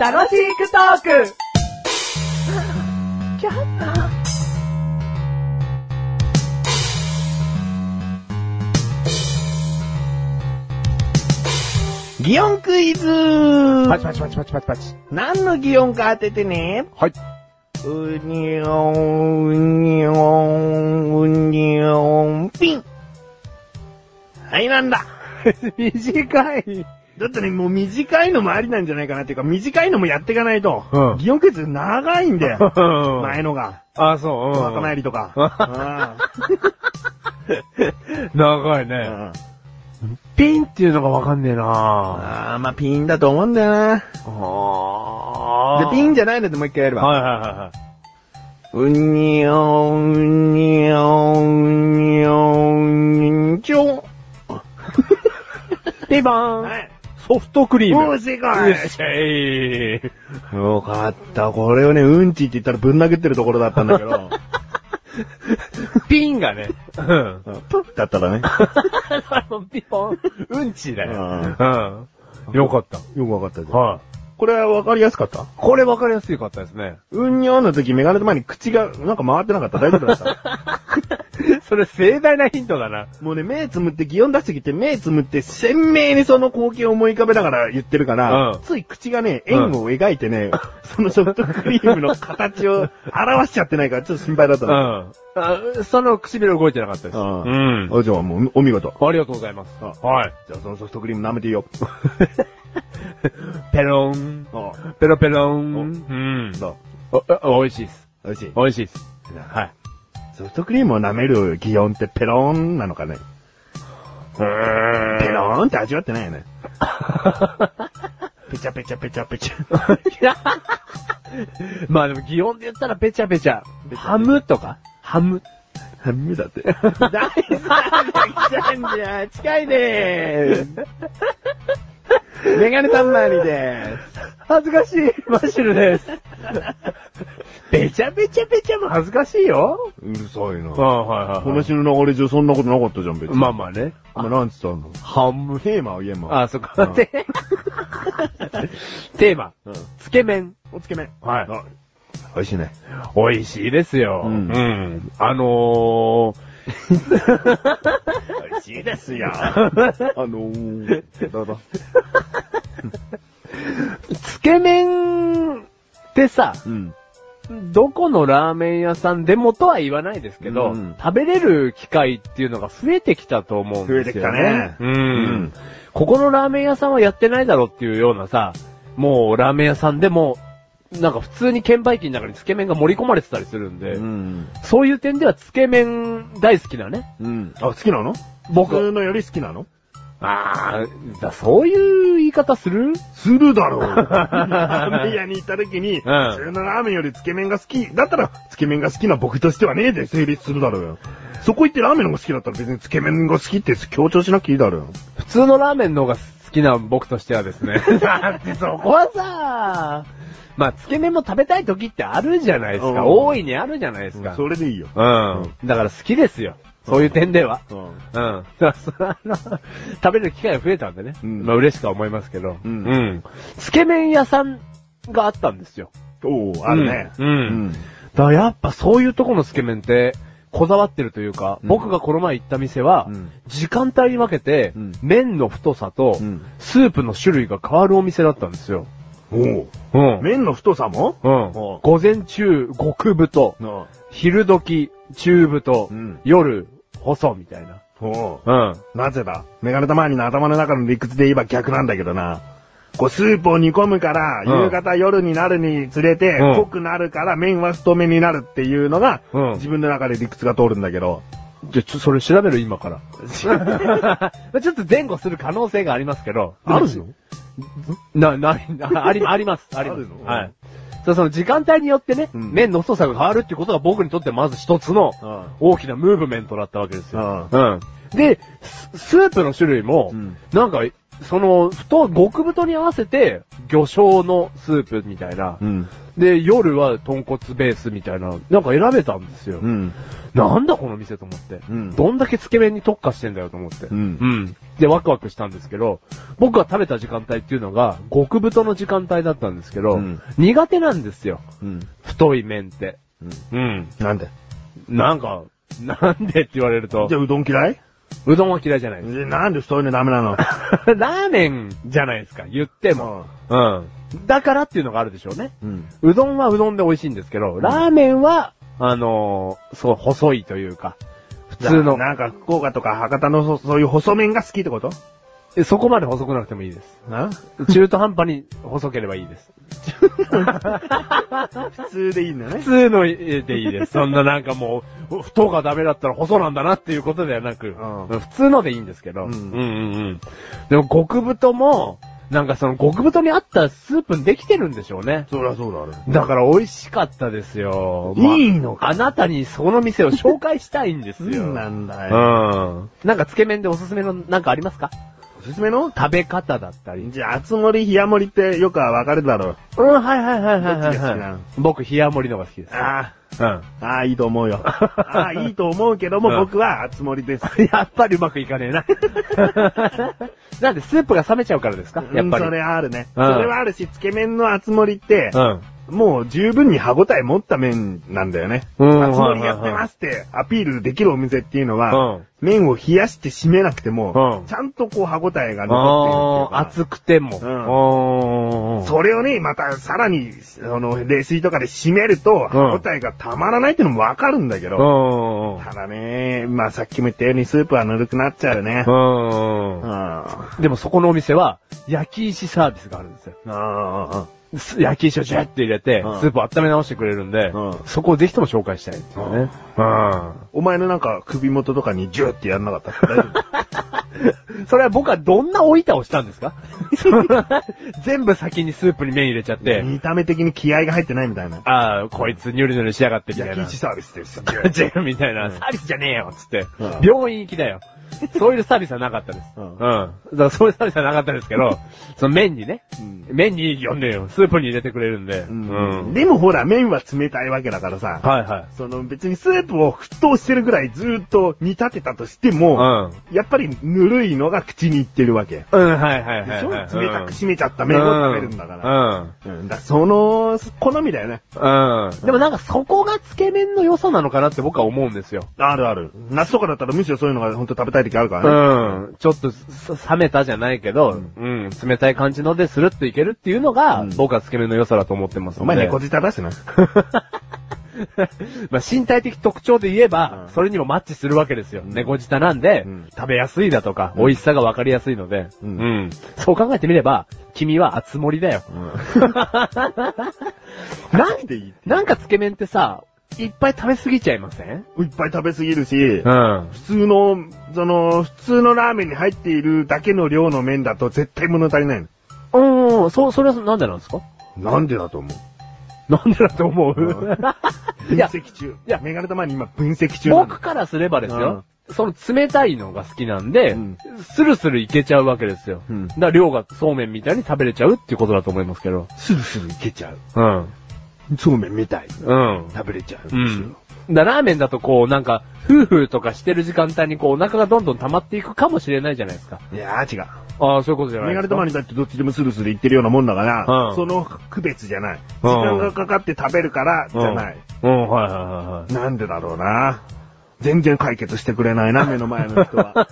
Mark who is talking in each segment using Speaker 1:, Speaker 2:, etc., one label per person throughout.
Speaker 1: 楽しくトーク
Speaker 2: 擬音クイズ
Speaker 3: パチパチパチパチパチパチ。
Speaker 2: 何の擬音か当ててね。
Speaker 3: はい。
Speaker 2: うにょん、うにょん、うにょん、ピンはい、なんだ
Speaker 3: 短い。
Speaker 2: だってね、もう短いのもありなんじゃないかなっていうか、短いのもやっていかないと、
Speaker 3: うん
Speaker 2: 擬音クイズ長いんだよ。前
Speaker 3: 前
Speaker 2: のが、
Speaker 3: あ、そう。うん
Speaker 2: 若返りとか。
Speaker 3: 長いうね。
Speaker 2: ん
Speaker 3: ピンっていうのがわかんねえな
Speaker 2: あー、まあピンだと思うんだよな。
Speaker 3: あ
Speaker 2: で、ピ
Speaker 3: ン
Speaker 2: ンじゃないのでもう一回やれば。
Speaker 3: はいはいはいは
Speaker 2: うにょん、うにょん、うにょん、うにょん。
Speaker 3: い。ピンバーン。
Speaker 2: はい。
Speaker 3: ソフトクリーム。
Speaker 2: もう正解
Speaker 3: よっしゃい。
Speaker 2: よかった。これをね、うんちって言ったらぶん殴ってるところだったんだけ ど。
Speaker 3: ピンがね。うん。
Speaker 2: うんプッだったらね。
Speaker 3: ピポン。うんちだよ。うん。よかった。
Speaker 2: よくわかったです。
Speaker 3: はい。
Speaker 2: これはわかりやすかった
Speaker 3: これわかりやすいかったですね。
Speaker 2: うんにょんの時メガネの前に口がなんか回ってなかった。大丈夫だった。
Speaker 3: それ盛大なヒントだな。
Speaker 2: もうね、目つむって、擬音出してきて、目つむって、鮮明にその光景を思い浮かべながら言ってるから、
Speaker 3: うん
Speaker 2: つい口がね、円を描いてね、そのソフトクリームの形を表しちゃってないから、ちょっと心配だった
Speaker 3: う
Speaker 2: の。
Speaker 3: ん。あその唇動いてなかったです。
Speaker 2: うん
Speaker 3: うん。
Speaker 2: おじゃあもう、お見事。
Speaker 3: ありがとうございます。
Speaker 2: あ
Speaker 3: はい。
Speaker 2: じゃあそのソフトクリーム舐めていい よ。
Speaker 3: ペロン。
Speaker 2: あ
Speaker 3: ペロペロン。
Speaker 2: お
Speaker 3: うん
Speaker 2: あ、。そう。
Speaker 3: お、お美味しいです。
Speaker 2: 美味しい。
Speaker 3: 美味しいです。はい。
Speaker 2: ソフトクリームを舐める擬音ってペローンなのかね。ペ
Speaker 3: ペ
Speaker 2: ロ
Speaker 3: ン。
Speaker 2: ーンって味わってないよね。ペチャペチャペチャペチャ。
Speaker 3: まあでも、擬音で言ったらペチャペチャ。ハムとかハム。
Speaker 2: ダメだって。第338回でーす。メガネたんまりで
Speaker 3: 恥ずかしい。マッシュル です。ペチャペチャペチャも恥ずかしいよ。
Speaker 2: ーす。うるさい
Speaker 3: あ
Speaker 2: な。
Speaker 3: あ、はいはい、はい。
Speaker 2: 話の流れ上そんなことなかったじゃん、別に。
Speaker 3: まあ
Speaker 2: ま
Speaker 3: まあね。
Speaker 2: あ、なんつったの
Speaker 3: ハム。
Speaker 2: テーマを言えば。
Speaker 3: ああ、そっか。 テーマ。
Speaker 2: うん。
Speaker 3: つけ麺。
Speaker 2: おつけ麺。
Speaker 3: はい
Speaker 2: あ美味しいね。
Speaker 3: 美味しいですよ。
Speaker 2: う
Speaker 3: うんん。あのー、
Speaker 2: 美味しいですよ。あの ー、どうぞ。
Speaker 3: つけ麺ってさ、
Speaker 2: うん。
Speaker 3: どこのラーメン屋さんでもとは言わないですけど、
Speaker 2: うん
Speaker 3: 食べれる機会っていうのが増えてきたと思うんで
Speaker 2: 増
Speaker 3: すよね。
Speaker 2: えてきたね
Speaker 3: うん。
Speaker 2: うん
Speaker 3: ここのラーメン屋さんはやってないだろうっていうようなさ、もうラーメン屋さんでも、なんか普通に券売機の中につけ麺が盛り込まれてたりするんで、
Speaker 2: うん。
Speaker 3: そういう点ではつけ麺大好きなね、
Speaker 2: うん。あ、好きなの
Speaker 3: 僕。
Speaker 2: 僕のより好きなの
Speaker 3: あーだそういう言い方する
Speaker 2: するだ ろう。ラーメン屋に行った時に、普通のラーメンよりつけ麺が好き。だったら、つけ麺が好きな僕としてはねえで成立するだろうよ。そこ行ってラーメンの方が好きだったら別につけ麺が好きって強調しなくていいだろうよ。
Speaker 3: 普通のラーメンの方が好きな僕としてはで すね。
Speaker 2: だってそ
Speaker 3: そこはさ、まあ、つけ麺も食べたい時ってあるじゃないです
Speaker 2: うん
Speaker 3: か。大いにあるじゃないですか。
Speaker 2: それでいいよ。
Speaker 3: うん。だから好きですよ。そういう点では。
Speaker 2: うん。
Speaker 3: うん。だからそのあの食べる機会が増えたんでね。
Speaker 2: うん
Speaker 3: まあ、嬉しくは思いますけど。
Speaker 2: うん
Speaker 3: つけ麺屋さんがあったんですよ。
Speaker 2: おー、あるね。
Speaker 3: うん。うん。だからやっぱそういうとこのつけ麺って、こだわってるというか、
Speaker 2: うん
Speaker 3: 僕がこの前行った店は、
Speaker 2: うん
Speaker 3: 時間帯に分けて、
Speaker 2: うん
Speaker 3: 麺の太さと、
Speaker 2: うん
Speaker 3: スープの種類が変わるお店だったんですよ。
Speaker 2: おー。
Speaker 3: うん。
Speaker 2: 麺の太さも
Speaker 3: うん
Speaker 2: おう。
Speaker 3: 午前中、極太。
Speaker 2: な
Speaker 3: 昼時、中太。
Speaker 2: うん
Speaker 3: 夜、細みたいな。
Speaker 2: おー。
Speaker 3: うん。
Speaker 2: なぜだメガネたまにの頭の中の理屈で言えば逆なんだけどな。こう、スープを煮込むから、
Speaker 3: うん
Speaker 2: 夕方夜になるにつれて、
Speaker 3: うん
Speaker 2: 濃くなるから麺は太めになるっていうのが、
Speaker 3: うん
Speaker 2: 自分の中で理屈が通るんだけど。
Speaker 3: じゃ、ちょ、それ調べる今 から。ちょっと前後する可能性がありますけど。な、な、ああり、あり ます。ありま
Speaker 2: あ
Speaker 3: す
Speaker 2: る。の
Speaker 3: はい。そう、その時間帯によってね、
Speaker 2: うん
Speaker 3: 麺の太さが変わるってことが僕にとってまず一つの
Speaker 2: うん
Speaker 3: 大きなムーブメントだったわけですよ。うん。で、ススープの種類も、
Speaker 2: うん
Speaker 3: なんか、その、太、極太に合わせて、魚醤のスープみたいな、
Speaker 2: うん。
Speaker 3: で、夜は豚骨ベースみたいな、なんか選べたんですよ。
Speaker 2: うん。
Speaker 3: なんだこの店と思って。
Speaker 2: うん
Speaker 3: どんだけつけ麺に特化してんだよと思って。
Speaker 2: うん
Speaker 3: で、ワクワクしたんですけど、僕が食べた時間帯っていうのが、極太の時間帯だったんですけど、
Speaker 2: うん
Speaker 3: 苦手なんですよ。
Speaker 2: うん。
Speaker 3: 太い麺って。
Speaker 2: うん
Speaker 3: うん。
Speaker 2: なんで
Speaker 3: なんか、なんでって言われると
Speaker 2: じゃ、あうどん嫌いう
Speaker 3: どんは嫌いじゃないです。
Speaker 2: えなんでそういうのダメな の
Speaker 3: ラーメンじゃないですか、言っても。うん。だからっていうのがあるでしょうね。
Speaker 2: うん。
Speaker 3: うどんはうどんで美味しいんですけど、ラーメンは、あのーそう、細いというか、普
Speaker 2: 普
Speaker 3: 通の、
Speaker 2: なんか福岡とか博多のそそういう細麺が好きってこと
Speaker 3: えそこまで細くなくてもいいです。
Speaker 2: な
Speaker 3: 中途半端に細ければいい です。
Speaker 2: 普通でいいんだね
Speaker 3: 普。通のえでいいです。そんななんかもう、太がダメだったら細なんだなっていうことではなく、
Speaker 2: う
Speaker 3: 普通のでいいんですけど、
Speaker 2: うん
Speaker 3: うんうんうんでも極太も、なんかその極太に合ったスープにできてるんでしょうね。
Speaker 2: そりゃそうだ、あれ。
Speaker 3: だから美味しかったですよ。
Speaker 2: いいの
Speaker 3: かあなたにその店を紹介したいんですよ。
Speaker 2: うんなんだよ。
Speaker 3: うん。なんかつけ麺でおすすめのなんかありますか
Speaker 2: おすすめの
Speaker 3: 食べ方だったり。
Speaker 2: じゃあ、厚盛り、冷や盛りってよくは分かれるだろう。
Speaker 3: うん、はいはいはいはい
Speaker 2: どっ
Speaker 3: は
Speaker 2: ちが
Speaker 3: い、
Speaker 2: 好きなの
Speaker 3: 僕、冷や盛りのが好きです。
Speaker 2: あ
Speaker 3: うん。
Speaker 2: あ、ああ、いいと思う よ。ああ、いいと思うけども、
Speaker 3: うん
Speaker 2: 僕は厚盛りです。
Speaker 3: やっぱりうまくいかねえ な。なんで、スープが冷めちゃうからですかやっぱり。
Speaker 2: うんそれはあるね。
Speaker 3: うん
Speaker 2: それはあるし、つけ麺の厚盛りって、
Speaker 3: うん。
Speaker 2: もう十分に歯応え持った麺なんだよね。
Speaker 3: うん
Speaker 2: 厚盛りやってますってアピールできるお店っていうのは、
Speaker 3: うん
Speaker 2: 麺を冷やして締めなくても、
Speaker 3: うん
Speaker 2: ちゃんとこう歯応えが残
Speaker 3: あ
Speaker 2: って
Speaker 3: あ、
Speaker 2: るっていうか。
Speaker 3: 熱くても。
Speaker 2: うん
Speaker 3: おー
Speaker 2: それをね、またさらに、あの、冷水とかで締めると、歯応えがたまらないっていうのもわかるんだけど、
Speaker 3: うん。
Speaker 2: ただね、まあさっきも言ったようにスープはぬるくなっちゃうよね。
Speaker 3: うん
Speaker 2: うん。あ
Speaker 3: でもそこのお店は、焼き石サービスがあるんですよ。
Speaker 2: あ。
Speaker 3: す焼き石をジュッて入れて、
Speaker 2: うん
Speaker 3: スープを温め直してくれるんで、
Speaker 2: うん
Speaker 3: そこをぜひとも紹介したいですよね。う
Speaker 2: お前のなんか首元とかにジューってやんなかった大 丈夫
Speaker 3: ん。それは僕はどんなお板をした んですか全部先にスープに麺入れちゃって、
Speaker 2: 見た目的に気合が入ってないみたいな。
Speaker 3: ああ、こいつニュルニュルしやがってみたい
Speaker 2: 焼
Speaker 3: な
Speaker 2: き。石サービスです。
Speaker 3: ジェルみたいな、
Speaker 2: うん
Speaker 3: サービスじゃねえよっつって、
Speaker 2: うん
Speaker 3: 病院行きだよ。そういうサービスはなかったです。
Speaker 2: う
Speaker 3: うんん。だからそういうサービスはなかったですけど、その麺にね、
Speaker 2: うん
Speaker 3: 麺に呼んでよ。スープに入れてくれるんで。う
Speaker 2: うんでもほら、麺は冷たいわけだからさ、
Speaker 3: はいはい。
Speaker 2: その別にスープを沸騰してるぐらいずーっと煮立てたとして
Speaker 3: う
Speaker 2: も、
Speaker 3: ん。
Speaker 2: やっぱりぬるいのが口にいってるわけ。
Speaker 3: うん、はいはい
Speaker 2: で
Speaker 3: は
Speaker 2: し
Speaker 3: い
Speaker 2: ょ
Speaker 3: はい。
Speaker 2: 冷たく締めちゃった麺を食べるんだから。
Speaker 3: ら。
Speaker 2: うん。だからその、好みだよね。
Speaker 3: うん。うん。でもなんかそこがつけ麺の良さなのかなって僕は思うんですよ。
Speaker 2: あるある。夏とかだったらむしろそういうのが本当食べたい時あるか
Speaker 3: う
Speaker 2: らね。
Speaker 3: ん。ちょっとす、冷めたじゃないけど、うん。冷たい感じのでスルッといけるっていうのが、
Speaker 2: うん
Speaker 3: 僕はつけ麺の良さだと思ってますんで
Speaker 2: お前猫舌だしな。
Speaker 3: まあ身体的特徴で言えば、
Speaker 2: うん
Speaker 3: それにもマッチするわけですよ。
Speaker 2: うん
Speaker 3: 猫舌なんで、
Speaker 2: うん
Speaker 3: 食べやすいだとか、
Speaker 2: うん
Speaker 3: 美味しさがわかりやすいので、
Speaker 2: うん
Speaker 3: うんそう考えてみれば、君は厚盛りだよ。
Speaker 2: なくていい。
Speaker 3: なんかつけ麺ってさ、いっぱい食べ過ぎちゃいません
Speaker 2: いっぱい食べすぎるし、
Speaker 3: ん。
Speaker 2: 普通の、その、普通のラーメンに入っているだけの量の麺だと絶対物足りないの。
Speaker 3: うん、そう、それはなんでなんですか
Speaker 2: なんでだと思う
Speaker 3: なんでだと思う、
Speaker 2: 分
Speaker 3: いや、
Speaker 2: 析中。
Speaker 3: いや
Speaker 2: メガネ玉に今分析中なんだ
Speaker 3: 僕からすればですよ、その冷たいのが好きなんで、
Speaker 2: うん
Speaker 3: スルスルいけちゃうわけですよ。
Speaker 2: うん
Speaker 3: だから量がそうめんみたいに食べれちゃうっていうことだと思いますけど。
Speaker 2: スルスルいけちゃう。
Speaker 3: うん。
Speaker 2: そうめんみたい。
Speaker 3: うん。
Speaker 2: 食べれちゃう。
Speaker 3: うん。だラーメンだとこう、なんか、夫婦とかしてる時間帯にこう、お腹がどんどん溜まっていくかもしれないじゃないですか。
Speaker 2: いやー違う。
Speaker 3: ああ、そういうことじゃない
Speaker 2: メガネ
Speaker 3: ですか。
Speaker 2: 玉にだってどっちでもスルスルいってるようなもんだから、
Speaker 3: うん
Speaker 2: その区別じゃない。時
Speaker 3: う
Speaker 2: 間
Speaker 3: ん
Speaker 2: がかかって食べるから、じゃない。
Speaker 3: うん、うんはいはいはいはい。
Speaker 2: なんでだろうな。全然解決してくれないな、目の前の人 は。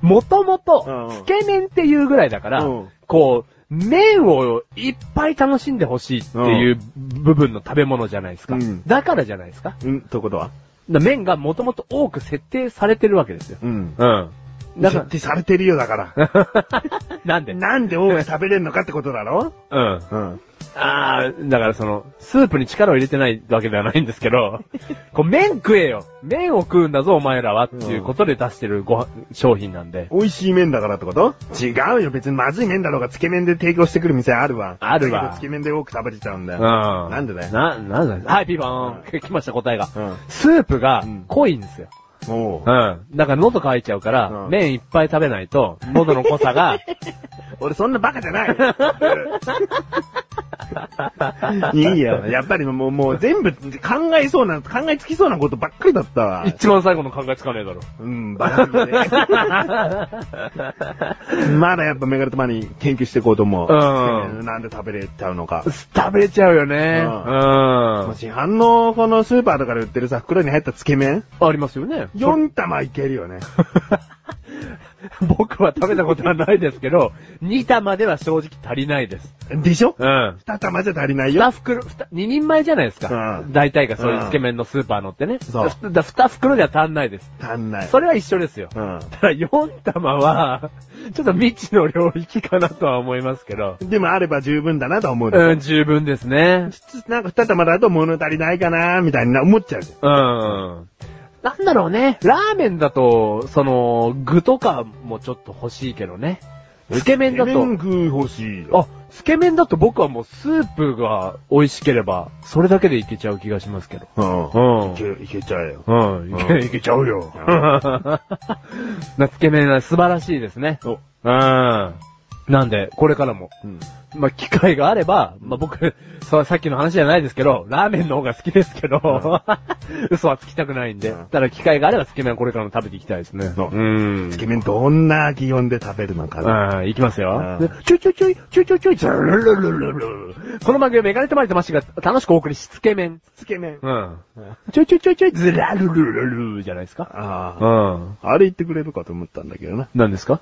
Speaker 3: もとも
Speaker 2: うん
Speaker 3: と、つけ麺っていうぐらいだから
Speaker 2: うん、
Speaker 3: こう、麺をいっぱい楽しんでほしいっていう部分の食べ物じゃないですか
Speaker 2: うん。
Speaker 3: だからじゃないですか。
Speaker 2: うん、ということは
Speaker 3: だ麺がもともと多く設定されてるわけですよ。
Speaker 2: うん。
Speaker 3: うん。だ
Speaker 2: だか
Speaker 3: か
Speaker 2: らら、、されてるよだから。
Speaker 3: なんで
Speaker 2: なんで多く食べれんのかってことだろ
Speaker 3: うん。
Speaker 2: うん。
Speaker 3: あー、だからその、スープに力を入れてないわけではないんです けど、こう、麺食えよ麺を食うんだぞ、お前らはっていうことで出してるご飯、商品なんで。
Speaker 2: 美味しい麺だからってこと違うよ、別にまずい麺だろうが、つけ麺で提供してくる店あるわ。
Speaker 3: あるわ
Speaker 2: だけどつけ麺で多く食べてちゃうんだ
Speaker 3: うん。
Speaker 2: よ。なんでだよ
Speaker 3: な、なんだよはい、ピーバーン。来ました、答えが。
Speaker 2: うん
Speaker 3: スープが
Speaker 2: うん
Speaker 3: 濃いんですよ。
Speaker 2: も
Speaker 3: う
Speaker 2: う、
Speaker 3: ん。だから喉乾いちゃうから、
Speaker 2: うん
Speaker 3: 麺いっぱい食べないと、喉の濃さが、
Speaker 2: 俺そんなバカじゃない。いいよ。やっぱりもう、もう全部考えそうな、考えつきそうなことばっかりだったわ。
Speaker 3: 一番最後の考えつかねえだろ。
Speaker 2: うん、バカだね。 まだやっぱメガネたまに研究していこうと思う。
Speaker 3: うん
Speaker 2: なんで食べれちゃうのか。
Speaker 3: 食べれちゃうよね。
Speaker 2: う
Speaker 3: うん
Speaker 2: まあ。市販のこのスーパーとかで売ってるさ、袋に入ったつけ麺
Speaker 3: ありますよね。
Speaker 2: ?4 玉いけるよね。
Speaker 3: 僕は食べたことはないですけど、2玉では正直足りないです。
Speaker 2: でしょ
Speaker 3: うん。
Speaker 2: ?2 玉じゃ足りないよ
Speaker 3: 二。袋、二二人前じゃないですか。
Speaker 2: うん
Speaker 3: 大体がそういうつけ麺のスーパーのってね。
Speaker 2: そう
Speaker 3: だだ二袋では足んないです。
Speaker 2: 足んない。
Speaker 3: それは一緒ですよ。
Speaker 2: うん。
Speaker 3: ただ4玉は、 ちょっと未知の領域かなとは思いますけど。
Speaker 2: でもあれば十分だなとは思うの。
Speaker 3: うん、十分ですね。
Speaker 2: なんか2玉だと物足りないかなみたいな思っちゃうじゃん。
Speaker 3: うん。なんだろうね。ラーメンだと、その、具とかもちょっと欲しいけどね。つけ麺だ
Speaker 2: つけ麺
Speaker 3: と、
Speaker 2: 具欲しいよ。
Speaker 3: あ、つけ麺だと僕はもうスープが美味しければ、それだけでいけちゃう気がしますけど。
Speaker 2: うん。
Speaker 3: うん
Speaker 2: いけ、いけちゃえよ。
Speaker 3: うん、い
Speaker 2: うん
Speaker 3: け、い けちゃうよ
Speaker 2: うん。
Speaker 3: なつけ麺は素晴らしいですね。
Speaker 2: お
Speaker 3: うん。なんで、これからも、
Speaker 2: うん。
Speaker 3: まあ、機会があれば、まあ、僕、そう、さっきの話じゃないですけど、ラーメンの方が好きですけど、嘘はつきたくないんで、
Speaker 2: うん
Speaker 3: ただ機会があればつけ麺これからも食べていきたいですね。
Speaker 2: そうんつけ麺どんな気温で食べるのかな。
Speaker 3: うん、いきますよ。
Speaker 2: うん
Speaker 3: でちょいちょいちょい、ちょいちょいちょい、ちょいルルルルルルこの番組はメガネとマリとマッシュが楽しくお送りし、つけ麺。
Speaker 2: つけ麺。
Speaker 3: うん。
Speaker 2: あ
Speaker 3: ちょいちょいちょいちょい、ずらるるるるじゃないですか。
Speaker 2: あ
Speaker 3: う
Speaker 2: ー。
Speaker 3: ん。
Speaker 2: あれ言ってくれるかと思ったんだけどな。
Speaker 3: 何ですか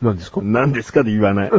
Speaker 3: 何ですか
Speaker 2: 何ですかで言わない。